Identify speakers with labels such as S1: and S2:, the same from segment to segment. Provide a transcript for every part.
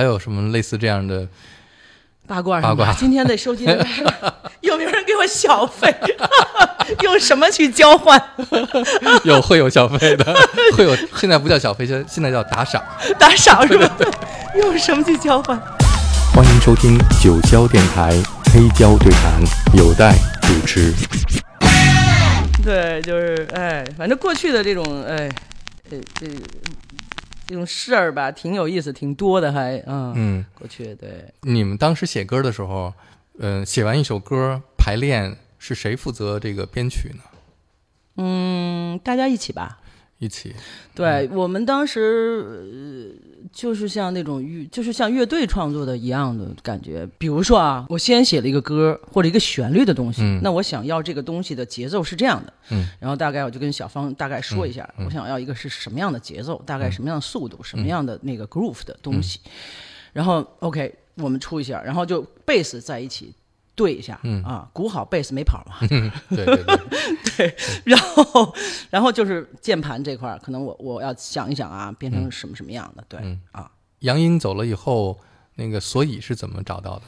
S1: 还有什么类似这样的？
S2: 八卦是
S1: 八卦
S2: 吧？今天得收集 有没有人给我小费？ 用什么去交换？
S1: 有会有小费的， 会有现在不叫小费，现现在叫打赏。
S2: 打赏是吧？用什么去交换？
S3: 欢迎收听九霄电台黑胶对谈，有待主持。
S2: 对，就是哎，反正过去的这种哎，呃这这种事儿吧，挺有意思，挺多的还，嗯，
S1: 嗯，
S2: 过去对，
S1: 你们当时写歌的时候，嗯、写完一首歌排练是谁负责这个编曲呢？
S2: 嗯，大家一起吧。
S1: 一起，
S2: 对、
S1: 嗯
S2: 我们当时、呃、就是像那种乐，就是像乐队创作的一样的感觉。比如说啊，我先写了一个歌或者一个旋律的东西，
S1: 嗯
S2: 那我想要这个东西的节奏是这样的，
S1: 嗯，
S2: 然后大概我就跟小芳大概说一下，我想要一个是什么样的节奏，大
S1: 嗯
S2: 概什么样的速度，什么样的那个 groove 的东西，然后 OK 我们出一下，然后就贝斯在一起。对一下，
S1: 嗯
S2: 啊，鼓好贝斯没跑嘛，
S1: 嗯，对对对，
S2: 然后，然后就是键盘这块儿，可能我我要想一想啊，
S1: 嗯
S2: 变成什么什么样的，对、啊，
S1: 杨英走了以后，那个所以是怎么找到的？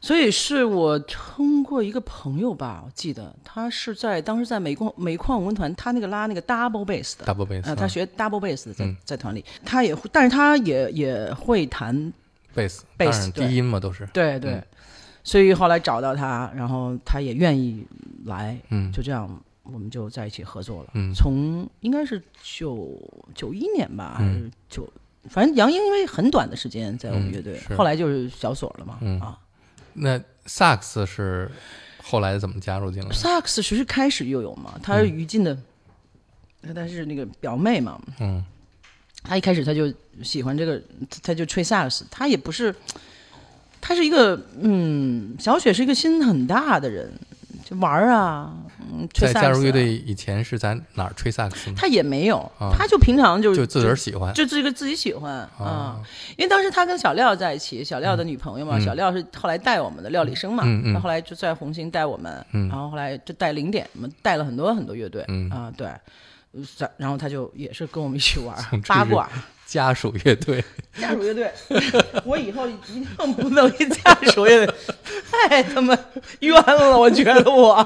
S2: 所以是我通过一个朋友吧，我记得他是在当时在煤矿煤矿文团，他那个拉那个 double bass 的，
S1: Double bass，
S2: 呃，他
S1: 啊
S2: 学 double bass 的在、
S1: 嗯
S2: 在团里，他也会，但是他也也会弹，
S1: bass，当
S2: bass，
S1: 然低音嘛都是，
S2: 对对，
S1: 嗯
S2: 所以后来找到他，然后他也愿意来，
S1: 嗯
S2: 就这样。我们就在一起合作了，
S1: 嗯
S2: 从应该是九九一年吧，还
S1: 嗯
S2: 是九，反正杨英因为很短的时间在我们
S1: 嗯
S2: 乐队，
S1: 是
S2: 后来就是小锁了嘛，
S1: 嗯
S2: 啊，
S1: 那萨克斯是后来怎么加入进来的？
S2: 萨克斯其实开始就有嘛，她是于静的，她是那个表妹嘛，
S1: 嗯，
S2: 她一开始她就喜欢这个，她就吹萨克斯，她也不是，她是一个嗯，小雪是一个心很大的人，就玩儿啊，嗯，吹
S1: 在
S2: 萨克斯、
S1: 加入乐，队以前是在哪儿吹萨克斯吗？
S2: 她也没有，
S1: 啊
S2: 她就平常就
S1: 就自个儿喜欢。
S2: 就这个自己喜欢
S1: 哦
S2: 啊，因为当时他跟小廖在一起，小廖的女朋友嘛，小廖是后来带我们的廖理生嘛，
S1: 嗯嗯
S2: 他后来就在红星带我们，然后后来就带零点，我们带了很多很多乐队
S1: 嗯
S2: 啊，对，然然后他就也是跟我们一起玩儿
S1: 从这
S2: 八
S1: 个
S2: 卦
S1: 家属乐队，
S2: 家属乐队， 我以后一定不能一家属乐队，太他妈冤了，我觉得我，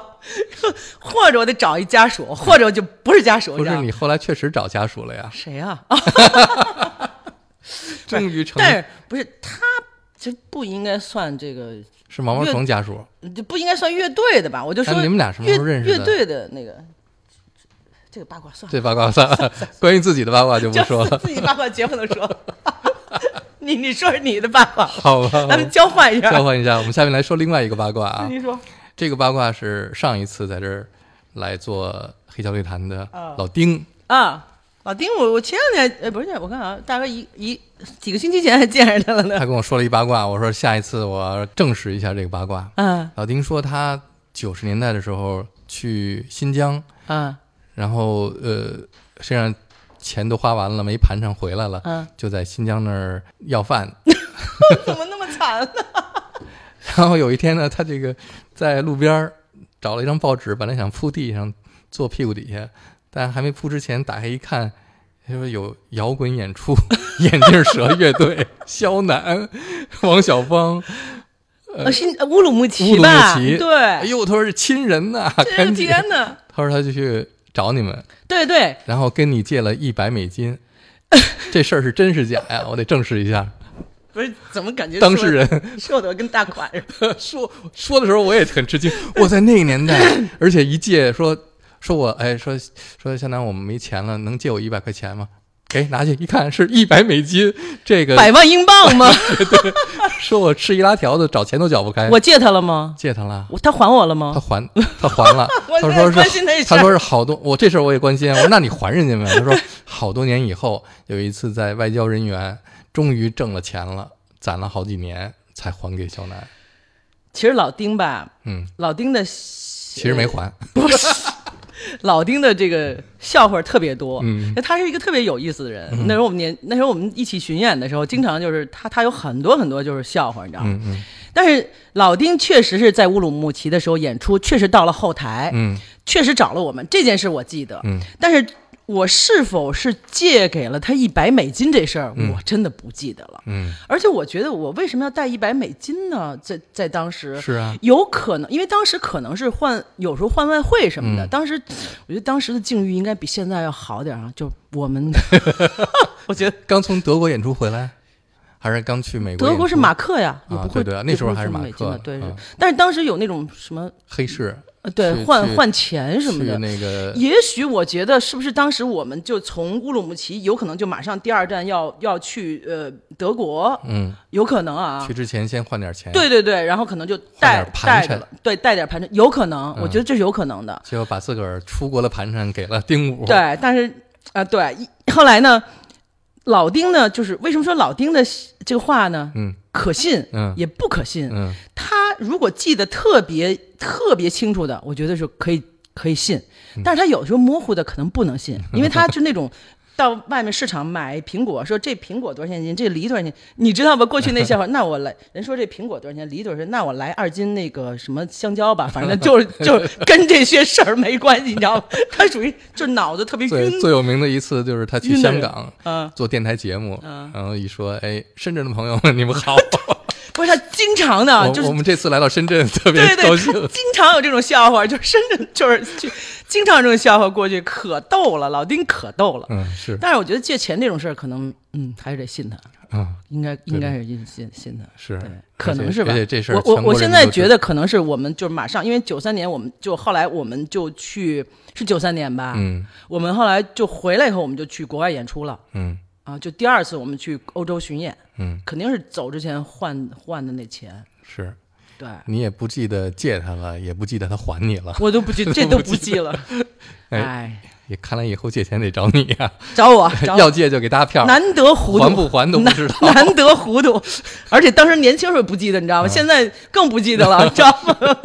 S2: 或者我得找一家属，或者我就不是家属，
S1: 不
S2: 这
S1: 是
S2: 样
S1: 你后来确实找家属了呀？
S2: 谁啊？
S1: 终于成
S2: 但是不是他这不应该算这个，
S1: 是毛毛虫家属，
S2: 就不应该算乐队的吧？我就说
S1: 哎你们俩什么时候认识的
S2: 乐乐队的那个这个八卦算了，
S1: 这八卦算 了。关于自己的八卦就不说
S2: 就
S1: 了，
S2: 自己八卦绝不能说。 你你说说你的八卦，
S1: 好 吧？
S2: 咱们交换一下。
S1: 交换一下，我们下面来说另外一个八卦啊。
S2: 你说
S1: 这个八卦是上一次在这儿来做黑胶对谈的
S2: 嗯
S1: 老丁，
S2: 啊，老丁，我我前两天呃不是我看啊，大概一一几个星期前还见着他了
S1: 他
S2: 呢。啊
S1: 跟我说了一八卦，我说下一次我证实一下这个八卦。
S2: 嗯
S1: 老丁说他九十年代的时候去新疆，
S2: 嗯
S1: 然后呃身上钱都花完了，没盘缠回来了，
S2: 嗯，
S1: 就在新疆那儿要饭。
S2: 怎么那么惨呢？
S1: 然后有一天呢，他这个在路边儿找了一张报纸，本来想铺地上坐屁股底下，但还没铺之前打开一看，他说有摇滚演出， 眼镜蛇乐队、肖楠、王小芳、
S2: 呃，新乌鲁木
S1: 乌
S2: 齐
S1: 鲁
S2: 吧？
S1: 木齐。哎
S2: 对，
S1: 呦，他说是亲人呐，
S2: 这
S1: 赶紧。
S2: 天呐，
S1: 他说他就去找你们，
S2: 对对，
S1: 然后跟你借了一百美金。这事儿是真是假呀？我得证实一下。
S2: 不是怎么感觉
S1: 当事
S2: 说
S1: 人
S2: 瘦的跟大款似的。
S1: 说说的时候我也很吃 惊，我在那个年代， 而且一借说说我哎说说香楠我们没钱了，能借我一百块钱吗？给拿去一看是一百美金，这个
S2: 百万英镑吗？
S1: 说我吃一拉条子找钱都找不开，
S2: 我借他了吗？
S1: 借他了。
S2: 我他还我
S1: 他
S2: 了吗？
S1: 还他还了
S2: ，我
S1: 他
S2: 在
S1: 说
S2: 关心那
S1: 是
S2: 事儿
S1: 他说是好多，我这事儿我也关心。啊我说那你还人家没？他说好多年以后，有一次在外交人员终于挣了钱了，攒了好几年才还给小南。
S2: 其实老丁吧，
S1: 嗯，
S2: 老丁的
S1: 其
S2: 其
S1: 实没还，
S2: 老丁的这个笑话特别多。哎
S1: 嗯，
S2: 他是一个特别有意思的人。那时候我们年那时候我们一起巡演的时候，经常就是他他有很多很多就是笑话，你知道吗？
S1: 嗯嗯
S2: 但是老丁确实是在乌鲁木齐的时候演出，确实到了后台，
S1: 嗯
S2: 确实找了我们这件事我记得。
S1: 嗯
S2: 但是我是否是借给了他一百美金这事儿，我真的不记得了。
S1: 嗯，
S2: 而且我觉得我为什么要带一百美金呢？在在当时
S1: 是啊，
S2: 有可能，因为当时可能是换，有时候换外汇什么的。
S1: 嗯
S2: 当时我觉得当时的境遇应该比现在要好点儿啊。就 我们
S1: 我觉得刚从德国演出回来，还是刚去美国演出？
S2: 德国是马克呀，
S1: 啊
S2: 也不会
S1: 对对啊
S2: 也
S1: 那时候
S2: 不会
S1: 还是
S2: 分
S1: 马
S2: 美金
S1: 克
S2: 的对是
S1: 嗯。
S2: 但是当时有那种什么
S1: 黑市
S2: 呃，对
S1: 去
S2: 换
S1: 去
S2: 换钱什么
S1: 去
S2: 的，
S1: 那个
S2: 也许我觉得是不是当时我们就从乌鲁木齐，有可能就马上第二站要要去呃德国，
S1: 嗯，
S2: 有可能啊
S1: 去。之前先换点钱，，
S2: 对对对，然后可能就
S1: 换
S2: 带
S1: 点盘
S2: 带
S1: 缠嗯
S2: 着了，对，带点盘缠，有可能，我觉得这是有可能的。
S1: 结果把自个儿出国的盘缠给了丁武，，
S2: 对，但是啊、对，一后来呢，老丁呢，就是为什么说老丁的这个话呢，
S1: 嗯
S2: 可信，
S1: 嗯
S2: 也不可信。
S1: 嗯
S2: 他如果记得特别特别清楚的，我觉得是可以可以信，
S1: 嗯
S2: 但是他有时候模糊的可能不 能信，因为他就那种。到外面市场买苹果，说这苹果多少钱一斤，这梨多少钱一斤，你知道吧？过去 那笑话，那我来，人说这苹果多少钱，梨多少钱，那我来二斤那个什么香 蕉吧，反正就是就是跟这些事儿没关系，你知道吗？他属于就是脑子特别
S1: 最
S2: 晕，
S1: 最有名的一次就是他去
S2: 晕的
S1: 香
S2: 人
S1: 港
S2: 嗯，
S1: 做电台节目，然后一说，哎，深圳的朋友们，你们 好，
S2: 不是他经常的，
S1: 我
S2: 啊就是
S1: 我们这次来到深圳特别
S2: 对对，
S1: 高
S2: 他
S1: 兴，
S2: 经常有这种笑话， 就是深圳就是去，经常有这种笑话过去，可逗了，老丁可逗了。
S1: 嗯，是，
S2: 但是我觉得借钱这种事儿，可能嗯还是得信他，
S1: 嗯，
S2: 应该
S1: 对
S2: 应该是信信信他。
S1: 是
S2: 对，，可能是吧。
S1: 而且这事儿
S2: 我我
S1: 全国
S2: 我
S1: 人
S2: 现
S1: 民
S2: 在
S1: 都知
S2: 觉得可能是我们就是马上，因为九三年我们就后来我们就去是九三年吧，
S1: 嗯
S2: 我们后来就回来以后我们就去国外演出了
S1: 嗯
S2: 啊，就第二次我们去欧洲巡演，
S1: 嗯，
S2: 肯定是走之前换换的那钱，
S1: 是
S2: 对。
S1: 你也不记得借他了，也不记得他还你 了，
S2: 我都不记，这都不记了。
S1: 哎
S2: 哎，
S1: 也看来以后借钱得找你呀、
S2: 找 我，找
S1: 要
S2: 我，
S1: 借就给搭票，
S2: 难得糊涂，
S1: 还不还都不知道
S2: 难 难得糊涂，而且当时年轻时候不记得，你知道
S1: 嗯
S2: 吗？现在更不记 得了，你知道吗？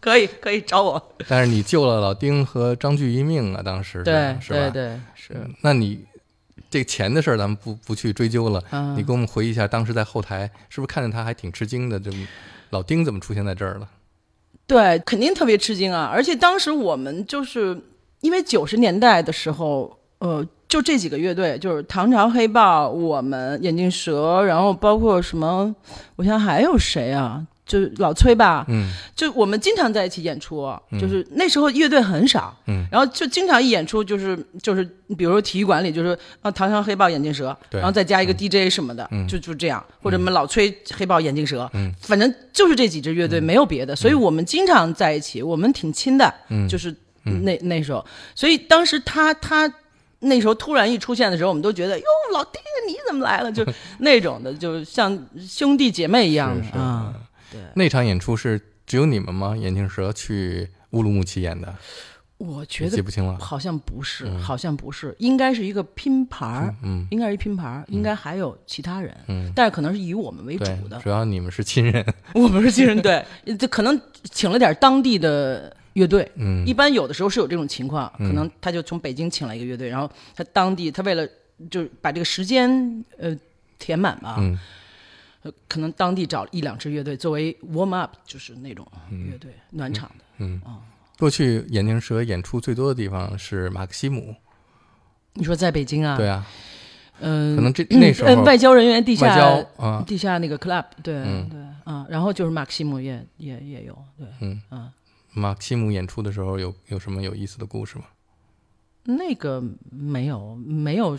S2: 可以，可以找我。
S1: 但是你救了老丁和张炬一命啊，当时是
S2: 对
S1: 是吧？嗯
S2: 对对，是。
S1: 那你这钱的事儿咱们不不去追究了，
S2: 嗯
S1: 你给我们回忆一下，当时在后台是不是看见他还挺吃惊的？这老丁怎么出现在这儿了？
S2: 对，肯定特别吃惊啊！而且当时我们就是因为九十年代的时候，呃，就这几个乐队，就是唐朝黑豹、我们眼镜蛇，然后包括什么，我想还有谁啊？就是老崔吧，
S1: 嗯
S2: 就我们经常在一起演出，就是那时候乐队很少，
S1: 嗯
S2: 然后就经常一演出就是就是，比如说体育馆里就是啊，唐山黑豹眼镜蛇，
S1: 对
S2: 然后再加一个 DJ 什么的，
S1: 嗯
S2: 就就这样，或者什么老崔黑豹眼镜蛇，
S1: 嗯
S2: 反正就是这几支乐队、没有别的，所以我们经常在一起，我们挺亲的，
S1: 嗯
S2: 就是那、那时候，所以当时他他。那时候突然一出现的时候，我们都觉得哟，老丁你怎么来了？就 那种的，就像兄弟姐妹一样
S1: 是是
S2: 的啊。
S1: 那场演出是只有你们吗？眼镜蛇去乌鲁木齐演的，
S2: 我
S1: 你
S2: 觉得
S1: 记不清了。
S2: 好像不是，好像不是，应该是一个拼盘儿，
S1: 嗯，
S2: 应该是一拼盘儿，应该还有其他人，
S1: 嗯
S2: 但是可能是以我们为主
S1: 对，
S2: 的，
S1: 主要你们是亲 人。
S2: 我们是新 人队，这可能请了点当地的乐队。
S1: 嗯
S2: 一般有的时候是有这种情况，
S1: 嗯
S2: 可能他就从北京请了一个乐队，然后他当地他为了就是把这个时间呃填满吧，
S1: 嗯
S2: 呃可能当地找一两支乐队作为 warm up，就是那种乐队、暖场的。
S1: 嗯，过去眼镜蛇演出最多的地方是马克西姆。
S2: 你说在北京啊？
S1: 对，啊，
S2: 嗯、
S1: 可能这那时候
S2: 嗯外交人员地下
S1: 外交啊，
S2: 地下那个 club，对、
S1: 嗯
S2: 对啊，然后就是马克西姆也也也有，对，
S1: 嗯
S2: 啊，
S1: 马克西姆演出的时候有有什么有意思的故事吗？
S2: 那个没有没有，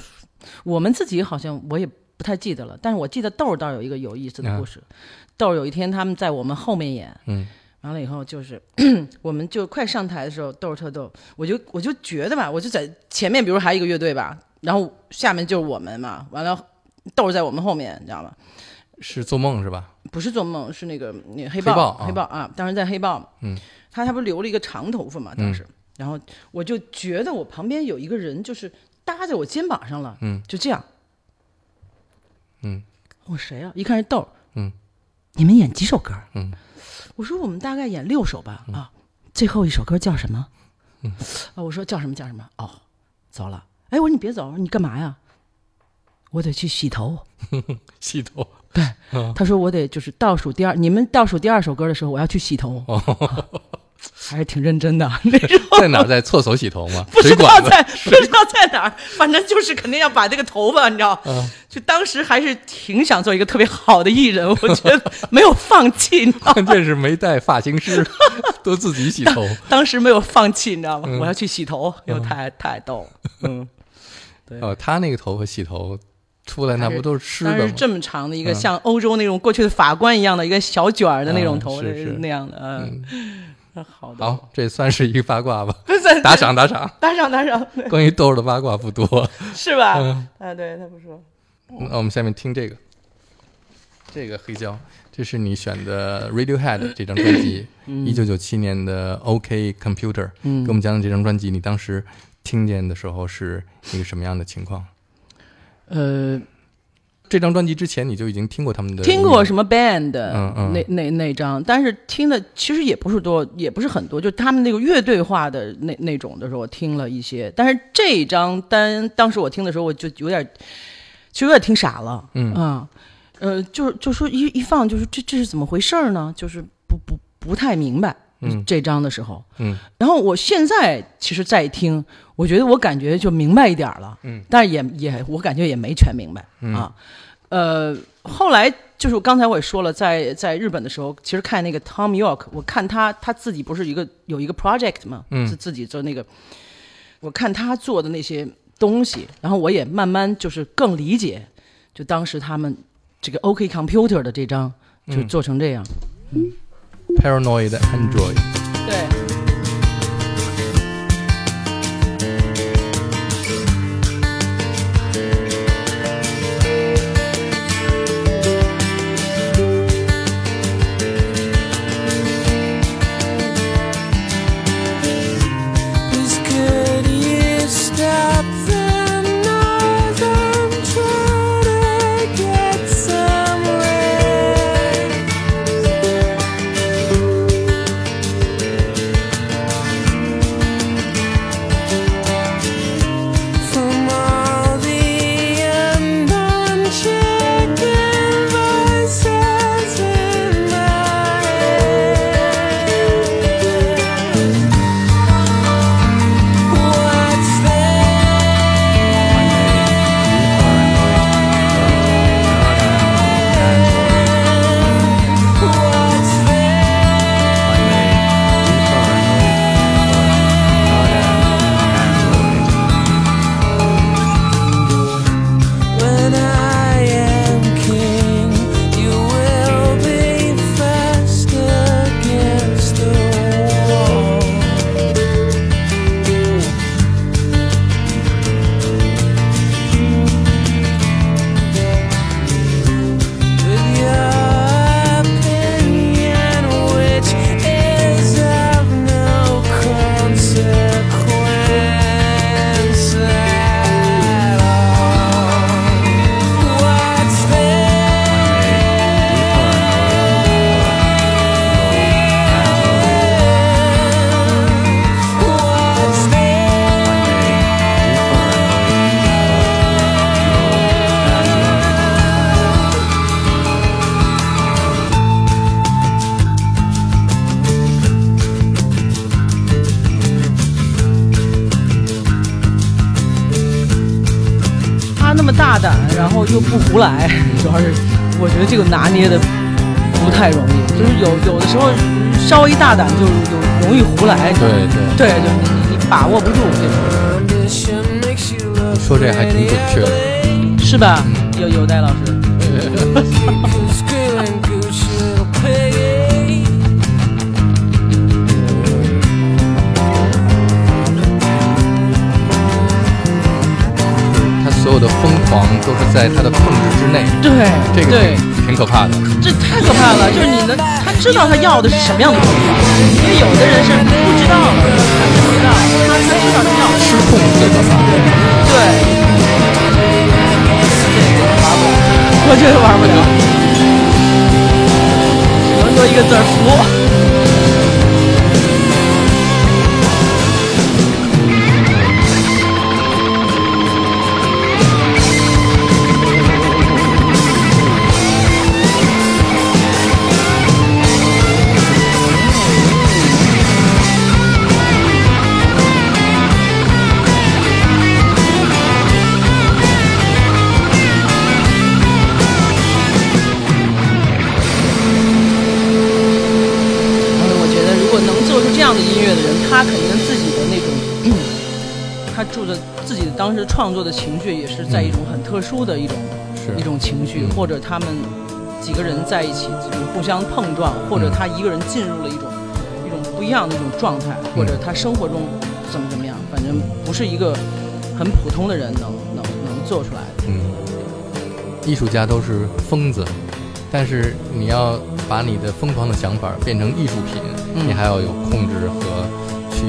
S2: 我们自己好像我也不太记得了，但是我记得豆儿倒是有一个有意思
S1: 啊
S2: 的故事，豆儿有一天他们在我们后面演，
S1: 嗯
S2: 完了以后就是 我们就快上台的时候，豆儿特逗，我就我就觉得吧，我就在前面，比如还有一个乐队吧，然后下面就是我们嘛，完了豆儿在我们后面，你知道吗？
S1: 是做梦是吧？
S2: 不是做梦，是那个那个黑
S1: 豹
S2: 豹，
S1: 啊
S2: 黑豹啊，当时在黑豹嘛，
S1: 嗯，
S2: 他他不是留了一个长头发嘛，当时，然后我就觉得我旁边有一个人就是搭在我肩膀上了，
S1: 嗯，
S2: 就这样，
S1: 嗯，
S2: 我说谁啊？一看是豆，
S1: 嗯，
S2: 你们演几首歌？
S1: 嗯，
S2: 我说我们大概演六首吧，啊，最后一首歌叫什么？嗯，啊，我说叫什么叫什么？哦，走了，哎，我说你别走，你干嘛呀？我得去洗头。
S1: 系统哦
S2: 他说我得就是倒数第二，你们倒数第二首歌的时候，我要去洗头。 还是挺认真的。那时候
S1: 在哪儿？在厕所洗头吗？
S2: 不
S1: 水
S2: 知
S1: 管
S2: 道
S1: 子。
S2: 在不知道在哪儿，反正就是肯定要把这个头发，你知道，
S1: 嗯
S2: 就当时还是挺想做一个特别好的艺人，我觉得没有放弃，你知道 吗，
S1: 关键是没带发型师， 都自己洗头。
S2: 当时没有放弃，你知道吗？
S1: 嗯
S2: 我要去洗头，又太太逗了，嗯， 对。
S1: 哦，他那个头发洗头出来，那
S2: 还
S1: 不
S2: 是
S1: 都是湿
S2: 当
S1: 的
S2: 时
S1: 吗？
S2: 这么长的一个
S1: 嗯
S2: 像欧洲那种过去的法官一样的一个小卷儿的那种
S1: 嗯
S2: 头，
S1: 是
S2: 就是那样的，嗯，那 好的，
S1: 好，这算是一个八卦吧。
S2: 不是
S1: 打赏打赏，
S2: 打赏打赏， 对
S1: 关于豆儿的八卦不多。
S2: 是吧？
S1: 嗯
S2: 啊，对他不说，
S1: 那我们下面听这个，这个黑胶，这是你选的 Radiohead 这张专辑，一九九七年的 OK Computer，、
S2: 嗯
S1: 给我们讲讲这张专辑，你当时听见的时候是一个什么样的情况？
S2: 呃，
S1: 这张专辑之前你就已经听过他们的
S2: 听
S1: 音乐
S2: 过什么 band，
S1: 嗯嗯
S2: 那那那张，但是听的其实也不是多，也不是很多，就他们那个乐队化的那那种的时候，我听了一些，但是这张单当时我听的时候，我就有点，其实有点听傻了，
S1: 嗯
S2: 啊，呃，就就说一一放就是这这是怎么回事儿呢？就是不不不太明白，
S1: 嗯
S2: 这张的时候，
S1: 嗯，
S2: 然后我现在其实再听，我觉得我感觉就明白一点儿了，
S1: 嗯，
S2: 但是也也我感觉也没全明白、
S1: 嗯
S2: 啊，呃，后来就是刚才我也说了，在在日本的时候，其实看那个 Tom York，我看他他自己不是一个有一个 project 嘛，
S1: 嗯
S2: 自自己做那个，我看他做的那些东西，然后我也慢慢就是更理解，就当时他们这个 OK Computer 的这张就
S1: 嗯
S2: 做成这样，
S1: Paranoid Android。
S2: 对。
S4: Please could you stop the noise? I'm trying to get somewhere. From all the unchecked voices in my head. What's When I am king, you will be fast against the wall. With your opinion, which is of no consequence at all. What's there? What's there?
S2: 他那么大胆，然后又不胡来， 主要是我觉得这个拿捏的不太容易，就是有有的时候稍微一大胆就有容易胡来，就
S1: 对对
S2: 对，就是你你把握不住这种，
S1: 说这还挺准确的
S2: 是吧？
S1: 嗯
S2: 有有戴老师，
S1: 他所有的疯狂都是在他的控制之内，
S2: 对，
S1: 这个
S2: 对，
S1: 挺挺可怕的。
S2: 这太可怕了，就是你能他知道他要的是什么样的东西，因为有的人是不知道的，他不知道，他他知道他要的是
S1: 失控最可怕，
S2: 对。我觉得玩不了，只能说一个字儿服。
S1: 这
S2: 当时创作的情绪也是在一种很特殊的一种
S1: 是
S2: 一种情绪，
S1: 嗯
S2: 或者他们几个人在一起就是互相碰撞，或者他一个人进入了一种一种不一样的一种状态，或者他生活中怎么怎么样，反正不是一个很普通的人能能能做出来的。
S1: 嗯，艺术家都是疯子，但是你要把你的疯狂的想法变成艺术品，
S2: 嗯
S1: 你还要有控制和去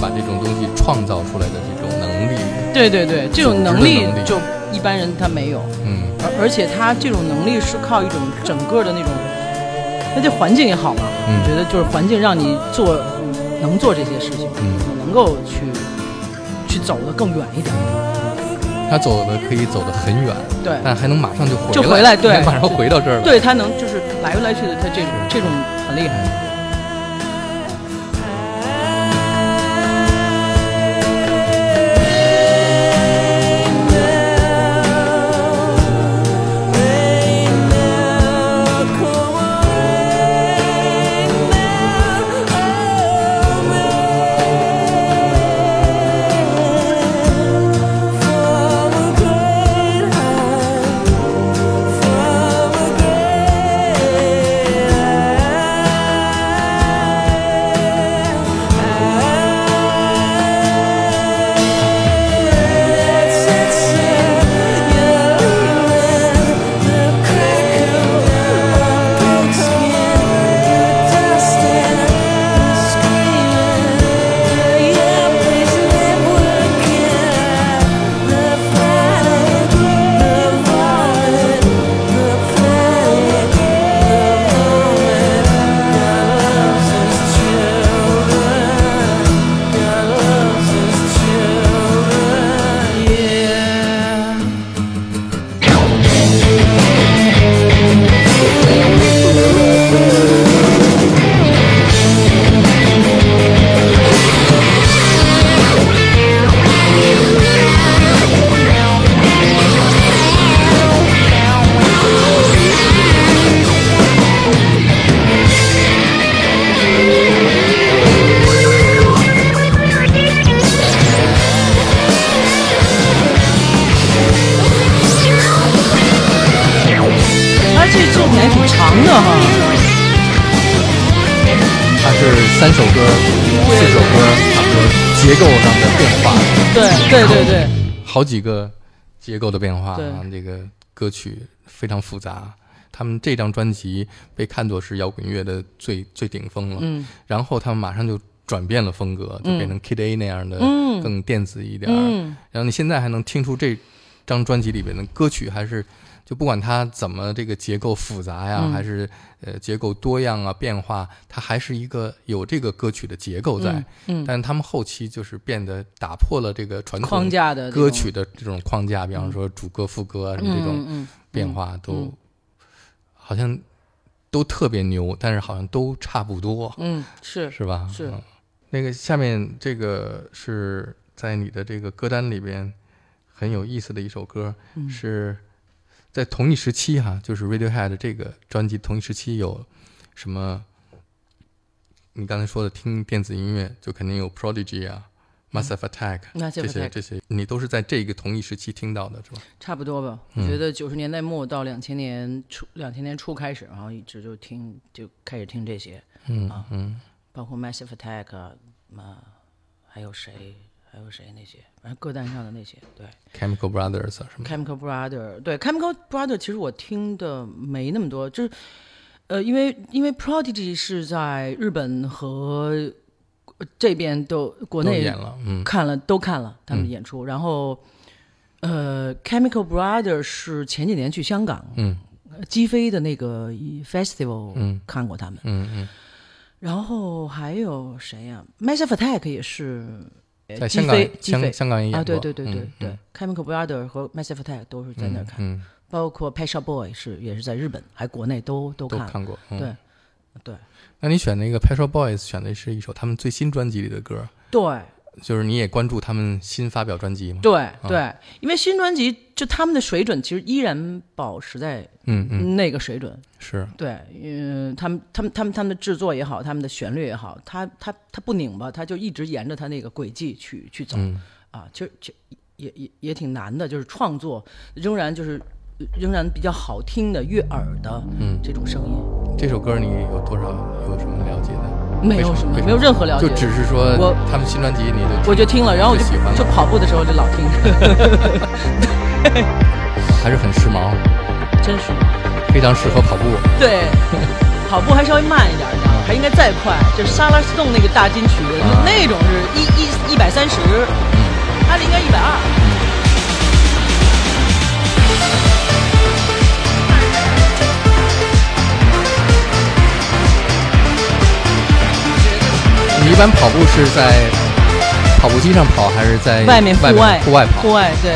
S1: 把这种东西创造出来的这种能力。
S2: 对对对，这种能
S1: 组织
S2: 力
S1: 的能力
S2: 就一般人他没有，
S1: 嗯，
S2: 而而且他这种能力是靠一种整个的那种，那对环境也好嘛，
S1: 嗯
S2: 我觉得就是环境让你做嗯能做这些事情，
S1: 嗯
S2: 能够去去走得更远一点，
S1: 他走的可以走得很远，
S2: 对
S1: 但还能马上就回来，
S2: 就回来对
S1: 还马上回到这儿了。
S2: 对他能就是来来去的，他这种
S1: 嗯
S2: 这种很厉害。
S4: Yeah.
S2: 他这作品还挺长的哈，
S1: 它是三首歌、四首歌，它的结构上的变化，
S2: 对对对对，
S1: 好几个结构的变化
S2: 对，
S1: 这个歌曲非常复杂。他们这张专辑被看作是摇滚乐的最最顶峰了，
S2: 嗯
S1: 然后他们马上就转变了风格，就变成 Kid A 那样的，
S2: 嗯
S1: 更电子一点儿。
S2: 嗯
S1: 然后你现在还能听出这张专辑里边的歌曲，还是就不管它怎么这个结构复杂呀，
S2: 嗯
S1: 还是呃结构多样啊变化，它还是一个有这个歌曲的结构在。
S2: 嗯，
S1: 但他们后期就是变得打破了这个传统
S2: 框架的这种
S1: 歌曲的这种框架，比方说主歌、副歌啊什么这
S2: 嗯
S1: 种
S2: 嗯
S1: 变化都好像都特别牛，但是好像都差不多，
S2: 嗯是
S1: 是吧？
S2: 是
S1: 嗯那个下面这个是在你的这个歌单里边很有意思的一首歌，
S2: 嗯
S1: 是在同一时期哈，就是 Radiohead 这个专辑同一时期有什么？你刚才说的听电子音乐就肯定有 Prodigy 啊、Massive Attack、
S2: Massive
S1: 这些
S2: Attack
S1: 这些，你都是在这个同一时期听到的是吧？
S2: 差不多吧，
S1: 嗯
S2: 我觉得九十年代末到两千年初，两千年初开始，然后一直就听，就开始听这些，
S1: 嗯
S2: 啊
S1: 嗯
S2: 包括 Massive Attack 啊，啊还有谁，还有谁那些，反正歌单上的那些，对
S1: ，Chemical Brothers 啊什么的，
S2: ，Chemical Brother，对 Chemical Brother，其实我听的没那么多，就是，呃，因为因为 Prodigy 是在日本和呃这边都国
S1: 都
S2: 内
S1: 演了，嗯
S2: 看了都看了他们的演出，然后呃，Chemical Brother 是前几年去香港，
S1: 嗯
S2: 呃击飞的那个 festival，
S1: 嗯
S2: 看过他们，
S1: 嗯
S2: 然后还有谁呀、m a s s i v e Attack 也是，呃
S1: 嗯，在
S2: 击
S1: 香港
S2: 飞击
S1: 香
S2: 飞
S1: 香港也演过，
S2: 啊，对对对对
S1: 嗯
S2: 对、c h e m i c a l Brother 和 Massive Attack 都是在那儿看，
S1: 嗯，
S2: 包括 Pet Shop Boy 是也是在日本，还国内都都
S1: 都
S2: 看了，
S1: 看过，嗯
S2: 对对
S1: 那你选那个 p e t r o Boys 选的是一首他们最新专辑里的歌，嗯
S2: 对
S1: 就是你也关注他们新发表专辑吗？
S2: 对对，因为新专辑就他们的水准其实依然保持在
S1: 嗯嗯，
S2: 那个水准，
S1: 是，
S2: 对，嗯，他们他们他们他们的制作也好，他们的旋律也好，他他他不拧巴，他就一直沿着他那个轨迹去去走、
S1: 嗯
S2: 啊，就就也也也挺难的，就是创作仍然就是呃仍然比较好听的悦耳的
S1: 嗯
S2: 这种声音，
S1: 这首歌你有多少有什么了解的？
S2: 没有
S1: 为
S2: 什么
S1: 为
S2: 没有任何了解
S1: 就只是说
S2: 我
S1: 他们新专辑你就
S2: 我就听了，然后我就
S1: 就喜欢了
S2: 就跑步的时候就老 听，
S1: 还是很时髦，
S2: 真是
S1: 非常适合跑步。
S2: 对，跑步还稍微慢一点儿
S1: 嗯
S2: 的，还应该再快，就是沙拉 stone 那个大金曲，
S1: 啊
S2: 那种是一一一百三十，
S1: 嗯
S2: 他的应该一百二。
S1: 你一般跑步是在跑步机上跑，还是在
S2: 外面户
S1: 哎外
S2: 外
S1: 户外跑？
S2: 户外对。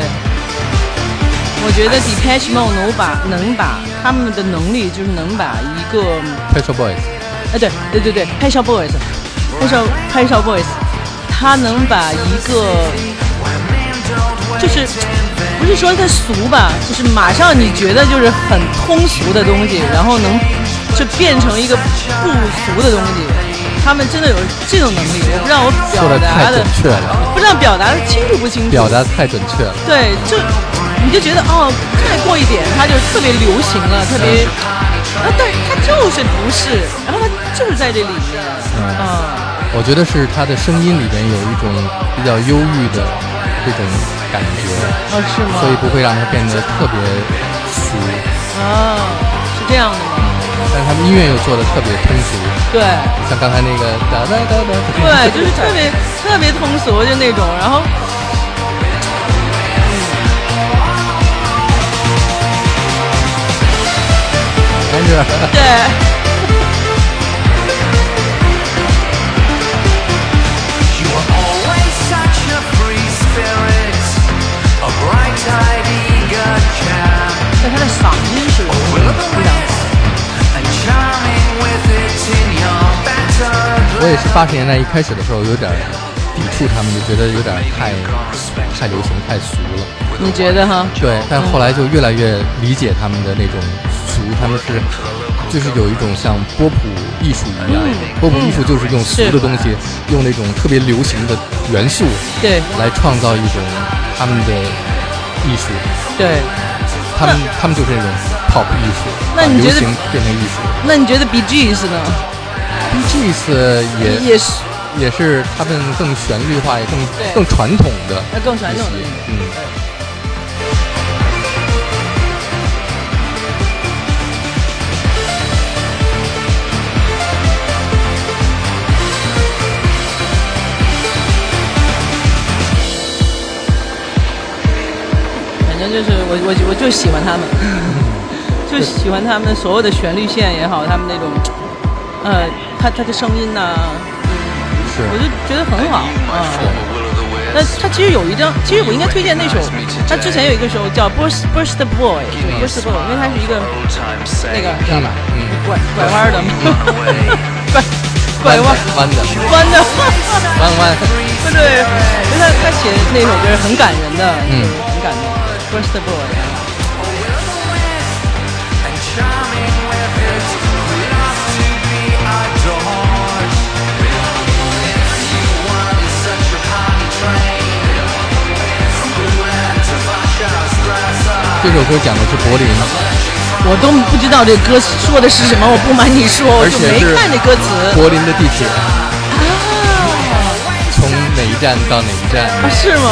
S2: 我觉得 Depeche Mode 能把能把他们的能力，就是能把一个，
S1: p e t r o Boys
S2: 哎，对对对对 p e t r o Boys，p e t r o p e t r o Boys，他能把一个，就是不是说它俗吧，就是马上你觉得就是很通俗的东西，然后能就变成一个不俗的东西，他们真的有这种能力，我不知道我
S1: 说
S2: 表
S1: 的太
S2: 达
S1: 准
S2: 的，
S1: 确了，
S2: 不知道表达的清楚不清楚，
S1: 表达得太准确了。
S2: 对，就你就觉得哦，再过一点，它就特别流行了，特别，啊，但是它就是不是，然后它就是在这里面，嗯，
S1: 我觉得是他的声音里边有一种比较忧郁的这种感觉，
S2: 哦，是吗？
S1: 所以不会让它变得特别俗，
S2: 啊，是这样的吗？
S1: 但是他们音乐又做的特别通俗，
S2: 对，
S1: 像刚才那个哒哒哒哒，
S2: 对，就是特别特别通俗，就那种，然后。
S1: 但是
S2: 对。但他的嗓音是不一样的，
S1: 我也是八十年代一开始的时候有点抵触他们，就觉得有点太太流行太俗了。
S2: 你觉得哈？
S1: 对，但后来就越来越理解他们的那种俗，他们是就是有一种像波普艺术一样，波普艺术就是用俗的
S2: 嗯是
S1: 东西，用那种特别流行的元素
S2: 对
S1: 来创造一种他们的艺术，
S2: 对。
S1: 他们他们就是那种 pop 艺术，
S2: 那
S1: 把
S2: 你觉
S1: 流
S2: 得
S1: 行变成艺术
S2: 那你觉得 B G S 呢？
S1: ，B G S 也
S2: 也是
S1: 也是他们更旋律化，也更
S2: 对
S1: 更传统的
S2: 呃更传统的
S1: 一些嗯。
S2: 那反正就是我我我就喜欢他们，就喜欢他们所有的旋律线也好，他们那种，呃，他他的声音呐、
S1: 是
S2: 我就觉得很好啊。那他其实有一张，其实我应该推荐那首，他之前有一个时候叫《Burst Burst Boy》，就是 Burst Boy，因为它是一个那个
S1: 这样吧，嗯，
S2: 拐拐弯的，拐拐弯
S1: 弯的，
S2: 弯的，
S1: 弯弯，
S2: 对对，因为他他写的那首歌是很感人的，
S1: 嗯
S2: 很感动。Burst Boy。
S1: 这首歌讲的是柏林。
S2: 我都不知道这歌说的是什么，我不瞒你说，我
S1: 而
S2: 就
S1: 且
S2: 没
S1: 是
S2: 看这歌词。
S1: 柏林的地铁，从哪一站到哪一站？
S2: 啊，是吗？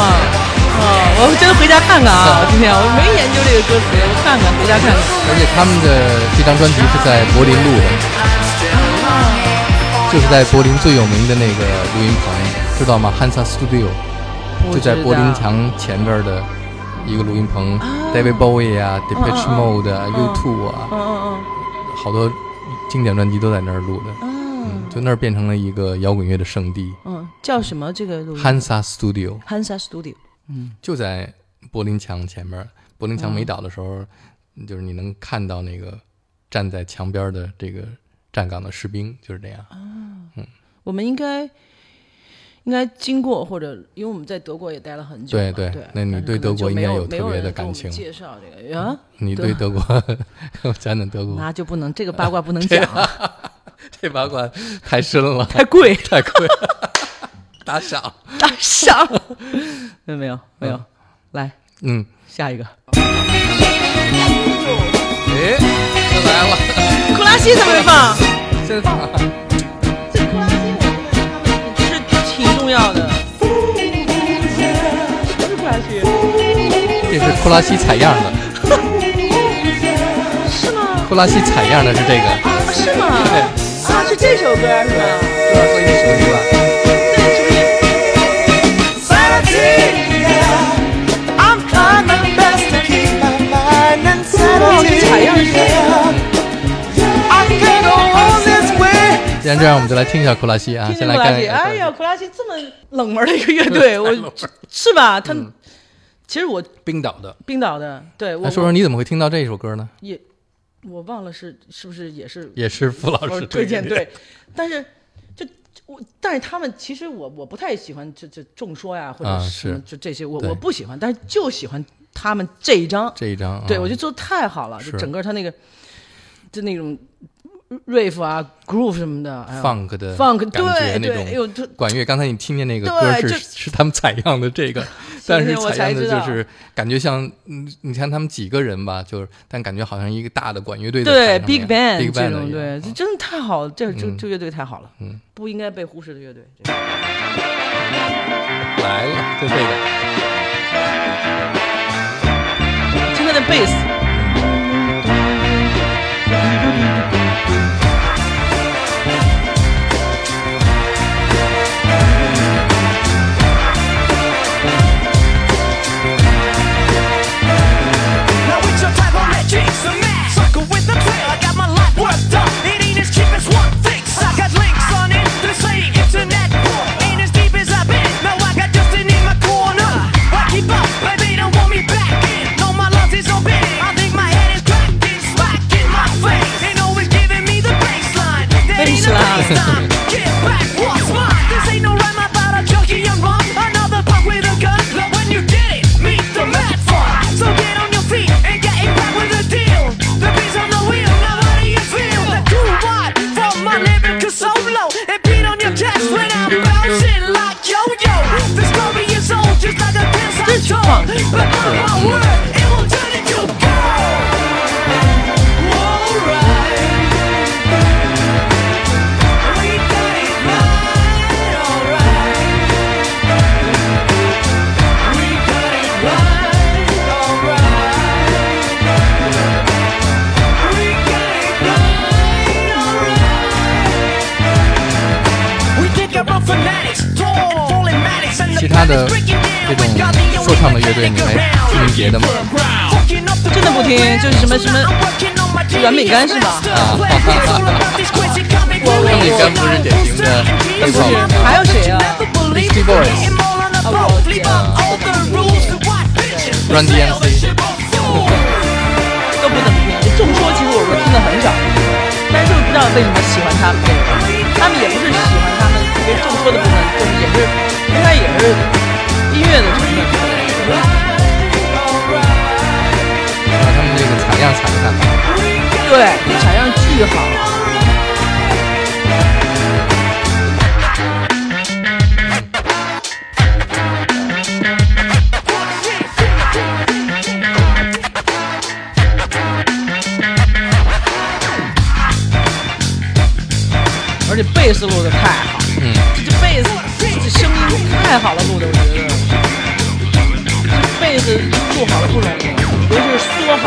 S2: 啊，我真的回家看看啊！今天我没研究这个歌词，我看看，回家看看。
S1: 而且他们的这张专辑是在柏林录的，就是在柏林最有名的那个录音棚，知道吗？Hansa Studio，
S2: 不
S1: 就在
S2: 知
S1: 柏林
S2: 道
S1: 墙前边的一个录音棚，David Bowie 啊，Depeche Mode 啊，U2 啊，
S2: 嗯嗯
S1: 好多经典专辑都在那儿录的，
S2: 嗯
S1: 就那儿变成了一个摇滚乐的圣地
S2: 嗯嗯，叫什么这个录音
S1: ，Hansa Studio。
S2: ？Hansa Studio。
S1: 就在柏林墙前面儿。柏林墙没倒的时候，就是你能看到那个站在墙边儿的这个站岗的士兵，就是这样。
S2: 我们应该应该经过，或者因为我们在德国也待了很久
S1: 对
S2: 嘛，
S1: 对
S2: 对
S1: 那你
S2: 但是
S1: 对
S2: 可能
S1: 德
S2: 就
S1: 国应
S2: 没
S1: 该
S2: 有
S1: 有
S2: 没
S1: 特别
S2: 人
S1: 的
S2: 给
S1: 感
S2: 我们
S1: 情嗯
S2: 介绍这个啊，
S1: 你对德国， 我讲讲德国，
S2: 那就不能这个八卦不能讲，
S1: 这八卦太深了，
S2: 太 贵。
S1: 太贵了，打赏。
S2: 打赏。没有没有没有，来
S1: 嗯，
S2: 下一个，
S1: 哎，又来了，
S2: 库拉西怎么没放？
S1: 现在放啊
S2: 是挺重要的。
S1: 这是库拉西采样的，是吗？库拉西采样的是这个，
S2: 啊，是吗？
S1: 对
S2: 啊，是这首歌是吧？
S1: 所以你熟悉吧？
S4: I'm trying my best to keep my mind and
S2: 哇，这采
S4: sanity.
S2: 样是这个。
S4: I can't go on this way.
S1: 既然这样，我们就来听一下库拉西啊，
S2: 听
S1: 先来
S2: 听库拉
S1: 干
S2: 西，
S1: 一
S2: 哎呀，
S1: 个
S2: 库拉西这么冷门的一个乐 队，我是
S1: 嗯
S2: 吧？他们其实我
S1: 冰岛的。
S2: 冰岛的，对我
S1: 来说说你怎么会听到这一首歌呢？
S2: 也我忘了是是不是也是
S1: 也是付老
S2: 我
S1: 师
S2: 推荐
S1: 的，
S2: 哦对，但是就我，但是他们其实我我不太喜欢这这众说呀，或者
S1: 啊
S2: 什么
S1: 是
S2: 就这些，我
S1: 对
S2: 我不喜欢，但是就喜欢他们这一张，
S1: 这一张啊，
S2: 对我觉得做得太好了，就是整个他那个就那种 riff 啊 groove 什么的，哎呀
S1: funk 的
S2: funk
S1: 感觉
S2: 对
S1: 那
S2: 对，
S1: 种
S2: 哎呦，就
S1: 管乐，刚才你听见那个歌
S2: 对
S1: 是
S2: 这
S1: 是他们采样的这个，但是
S2: 我
S1: 采
S2: 才
S1: 样的
S2: 知道
S1: 就是感觉像，嗯，你看他们几个人吧，就是但感觉好像一个大的管乐队在
S2: 对
S1: 台
S2: big
S1: 上面
S2: band
S1: big
S2: 这
S1: band
S2: 种，
S1: 的
S2: 对，
S1: 一
S2: 这
S1: 样
S2: 真的太好了，这这
S1: 嗯
S2: 这乐队太好了，
S1: 嗯
S2: 不应该被忽视的乐队。这
S1: 啊
S2: 个
S1: 来了，就这个，
S2: 听他的贝斯，
S5: Now it's your type on that jinx and match. Sucker with the thrill. I got my life worked up. It ain't as cheap as one thinks. I got links on it. The same internet war. Ain't as deep as I've been. Now I got Justin in my corner. I keep up, but they don't want me back in. No, my love is so big. I think my head is cracked. It's back in my face. Ain't always giving me the baseline. That ain't a
S2: Baseline.
S5: baseline. Get back, what's mine? This ain't no rhyme about a junkie and rum. Another punk with a gun. But when you did it, meet the mad fun. So get on your feet and get it back with a deal. The beats on the wheel, now how do you feel? The cool vibe from my lyrical solo. It beat on your chest when I'm bouncing like yo-yo. This glory is old, just like a piss I told. But on my word, it will turn into gold. Alright. We got it right, alright. We got it right, alright. We got it right, alright. We kick up our fanatics, tall and falling manics, and
S1: 其
S5: the
S1: 他的
S5: band is breaking
S1: 这
S5: down.
S1: 种说
S5: We got the only
S1: 唱的乐队，你
S5: mechanic
S1: 还听
S5: around.
S1: 别的吗？
S5: 真
S2: 的不听就是什么什么软饼干是吧
S1: 啊
S5: 软饼干不是典型的黑豹吗
S1: 不是
S2: 还有谁啊
S1: Beastie Boys
S5: 哦我记得
S1: 嗯 Run DMC
S2: 都不怎么听。众说其实我我听的很少，但是就是不知道为什么喜欢他们这个人。他们也不是喜欢他们特别众说的部分，就是也是，因为他也是音乐的成分。
S1: 然后他们这个采样采的看吧，
S2: 对，采样巨好。而且贝斯录的太好，
S1: 嗯，
S2: 这贝斯这声音太好了，录的我觉得，这贝斯录好了不容易，尤其是说好。